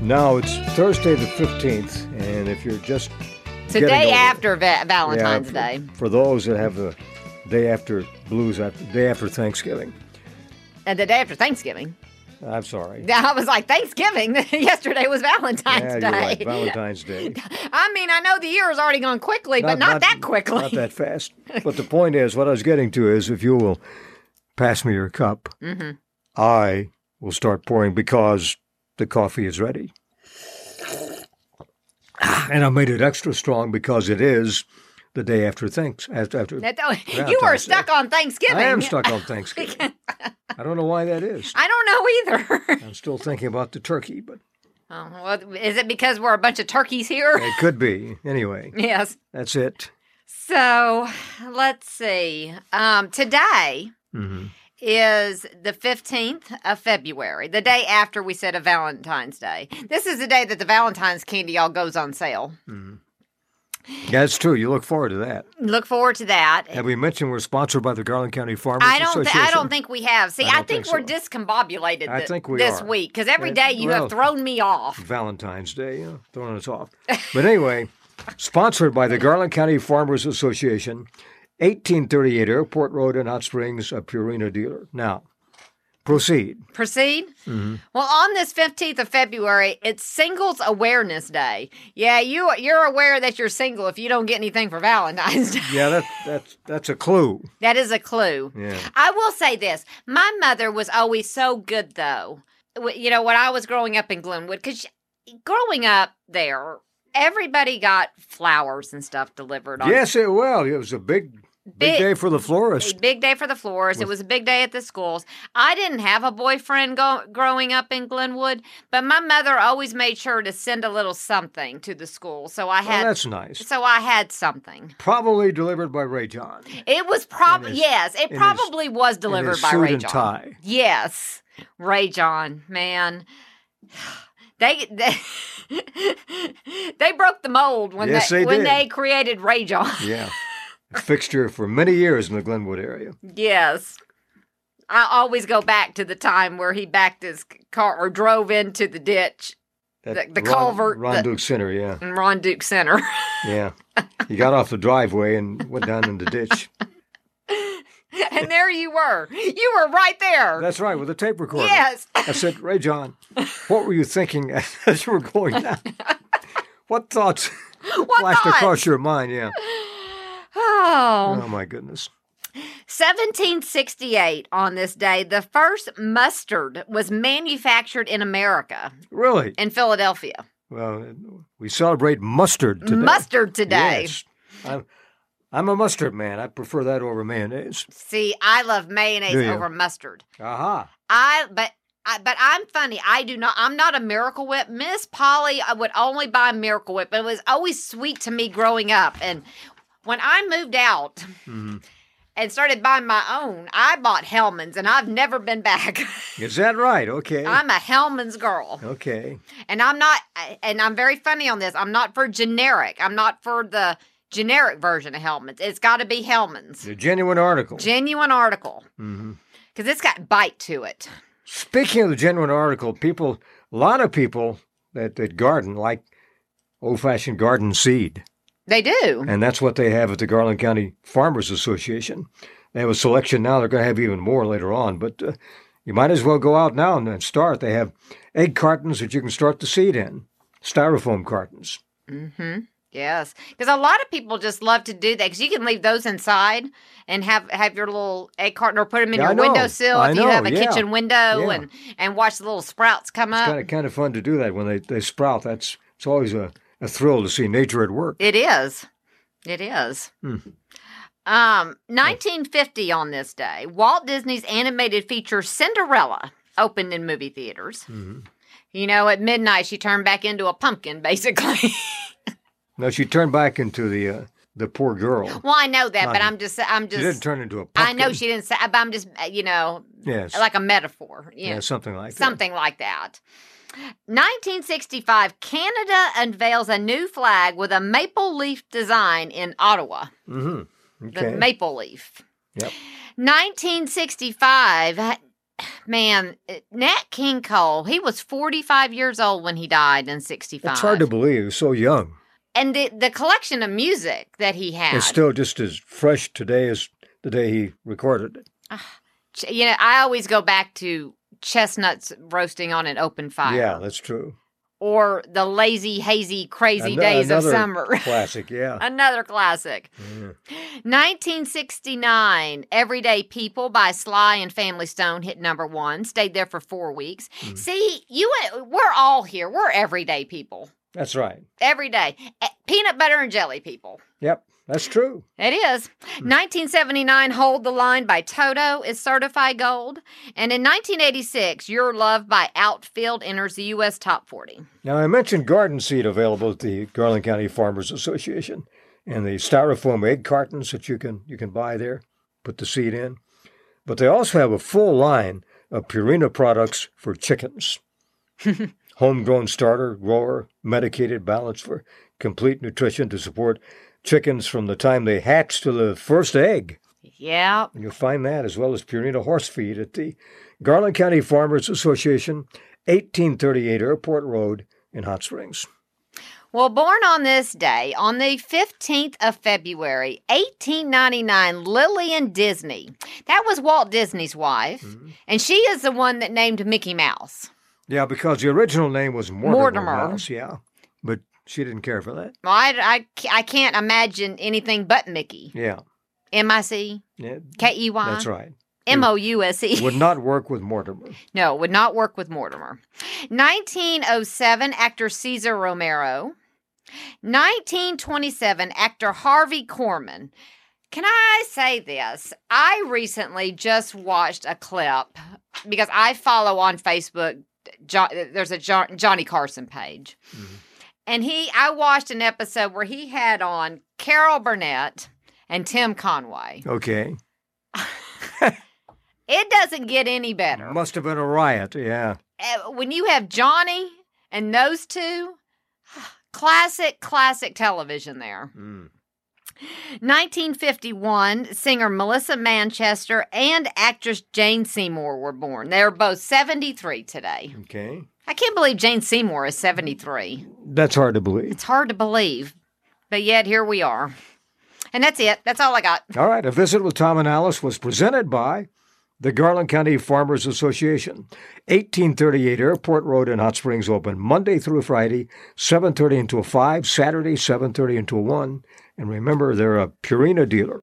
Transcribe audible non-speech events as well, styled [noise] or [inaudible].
Now it's Thursday the 15th, and if you're just It's a getting day over- after va- Yeah, Valentine's for- Day. for those that have the day after blues, after, day after Thanksgiving. And the day after Thanksgiving. [laughs] I'm sorry. I was like, Thanksgiving? [laughs] Yesterday was Yeah, Valentine's you're Day. right. [laughs] Valentine's Day. I mean, I know the year has already gone quickly, but not, that quickly. Not that fast. But the point is, what I was getting to is, if you will pass me your cup, I will start pouring because the coffee is ready. Ah, And I made it extra strong because it is the day after thanks after, after [laughs] That- oh, you were Valentine's Day. stuck on Thanksgiving. I am stuck on Thanksgiving. [laughs] I don't know why that is. I don't know either. [laughs] I'm still thinking about the turkey, but oh, well, is it because we're a bunch of turkeys here? it could be. Anyway, [laughs] yes. that's it. So let's see. Um, today hmm is the 15th of February, the day after we said a Valentine's Day. This is the day that the Valentine's candy all goes on sale. That's true. You look forward to that. Look forward to that. Have we mentioned we're sponsored by the Garland County Farmers I don't. Th- Association? I don't think we have. See, I I, don't think, think we're so. discombobulated. I thi- think we this are. week because every Yeah, day you well- have thrown me off. Valentine's Day, you know, throwing us off. But anyway, sponsored by the Garland County Farmers Association, 1838 Airport Road in Hot Springs, a Purina dealer. Now, proceed. Proceed. Mm-hmm. Well, on this fifteenth of February, it's Singles Awareness Day. Yeah, you you're aware that you're single if you don't get anything for Valentine's [laughs] Day. Yeah, that, that's that's a clue. That is a clue. Yeah. I will say this: my mother was always so good, though. W- You know, when I was growing up in Glenwood, because growing up there, everybody got flowers and stuff delivered. on Yes, it will. It was a big, big, Big- day for the florist. a big day for the floors. It was a big day at the schools. I didn't have a boyfriend go- growing up in Glenwood, but my mother always made sure to send a little something to the school. So I Well, had Oh, that's nice. so I had something. Probably delivered by Ray John. It was probably his- yes, it his- probably was in delivered his by suit Ray and John. tie. Yes, Ray John, man. [sighs] They, [sighs] they they broke the mold when Yes, they, they when did. they created Ray John. Yeah. A fixture for many years in the Glenwood area. [laughs] Yes. I always go back to the time where he backed his car or drove into the ditch The- the culvert, Ron the- Duke Center, yeah. in Ron Duke Center. [laughs] Yeah. He got off the driveway and went down in the [laughs] ditch. and there you were. You were right there. That's right, with a tape recorder. yes. [laughs] I said, Ray John, what were you thinking [laughs] as you were going [laughs] down? What thoughts What flashed thoughts? across your mind? Yeah. [sighs] Oh. Oh, my goodness. 1768 on this day, the first mustard was manufactured in America Really? in Philadelphia. Well, we celebrate mustard today. Mustard today. Yes. I'm, I'm a mustard man. I prefer that over mayonnaise. See, I love mayonnaise Do you? over mustard. Aha. I but I, but I'm funny. I do not. I'm not a Miracle Whip. Miss Polly I would only buy Miracle Whip, but it was always sweet to me growing up. And when I moved out Mm-hmm. and started buying my own, I bought Hellman's, and I've never been back. Is that right? Okay. [laughs] I'm a Hellman's girl, okay. and I'm not. And I'm very funny on this. I'm not for generic. I'm not for the generic version of Hellman's. It's got to be Hellman's, The genuine article. genuine article, hmm because it's got bite to it. Speaking of the genuine article, people, a lot of people that, that garden like old fashioned garden seed. They do. And that's what they have at the Garland County Farmers Association. They have a selection now. They're going to have even more later on. But uh, you might as well go out now and, and start. They have egg cartons that you can start the seed in, styrofoam cartons. Mm-hmm. Yes, because a lot of people just love to do that. Because you can leave those inside and have have your little egg carton or put them in Yeah, I your know. windowsill I if you have know, a yeah. kitchen window Yeah. and and watch the little sprouts come It's up. kind of kind of fun to do that when they, they sprout. That's it's always a, a thrill to see nature at work. It is, it is. Hmm. Um, 1950 on this day, Walt Disney's animated feature Cinderella opened in movie theaters. Mhm. You know, at midnight she turned back into a pumpkin, basically. [laughs] Now she turned back into the uh, the poor girl. well, I know that, but Right. I'm just, I'm she didn't just. turn into a pumpkin. I know she didn't say, but I'm just, uh, you know, Yes. like a metaphor. You yeah, know, something like that. something like that. 1965, Canada unveils a new flag with a maple leaf design in Ottawa. Mm-hmm. The Okay. maple leaf. Yep. 1965, [sighs] man, Nat King Cole, he was 45 years old when he died in 65. It's hard to believe. he was So young. and the, the collection of music that he had. It's still just as fresh today as the day he recorded it. Ch- you know, I always go back to chestnuts roasting on an open fire. Yeah, that's true. Or the lazy, hazy, crazy Ano- days of another summer. Classic, yeah. [laughs] another classic. Mhm. 1969, Everyday People by Sly and Family Stone hit number one. Stayed there for four weeks. Mhm. See, you, we're all here. We're everyday people. That's right. Every day. Eh, Peanut butter and jelly people. Yep, that's true. It is. Hmm. 1979, Hold the Line by Toto is certified gold. And in 1986, Your Love by Outfield enters the U.S. top 40. Now, I mentioned garden seed available at the Garland County Farmers Association and the styrofoam egg cartons that you can you can buy there, put the seed in. But they also have a full line of Purina products for chickens. Homegrown starter, grower, medicated balance for complete nutrition to support chickens from the time they hatch to the first egg. Yeah. And you'll find that as well as Purina horse feed at the Garland County Farmers Association, 1838 Airport Road in Hot Springs. Well, born on this day, on the 15th of February, 1899, Lillian Disney. That was Walt Disney's wife. Mm-hmm. And she is the one that named Mickey Mouse. Yeah, because the original name was Mortimer. Mortimer. Mouse, yeah, but she didn't care for that. Well, I, I ca- I can't imagine anything but Mickey. Yeah, M I C yeah K E Y. that's right. M O U S E. Would not work with Mortimer. No, would not work with Mortimer. 1907, actor Cesar Romero. 1927, actor Harvey Korman. Can I say this? I recently just watched a clip because I follow on Facebook. Jo- there's a jo- Johnny Carson page, Mhm. and he. I watched an episode where he had on Carol Burnett and Tim Conway. Okay, It doesn't get any better. must have been a riot. Yeah, uh, when you have Johnny and those two, [sighs] classic, classic television there. Mm. 1951, singer Melissa Manchester and actress Jane Seymour were born. They're both 73 today. okay, I can't believe Jane Seymour is 73. that's hard to believe. It's hard to believe, but yet here we are. And that's it. That's all I got. [laughs] All right, a visit with Tom and Alice was presented by the Garland County Farmers Association, 1838 Airport Road in Hot Springs, open Monday through Friday, 7:30 until 5, Saturday 7:30 until 1. And remember, they're a Purina dealer.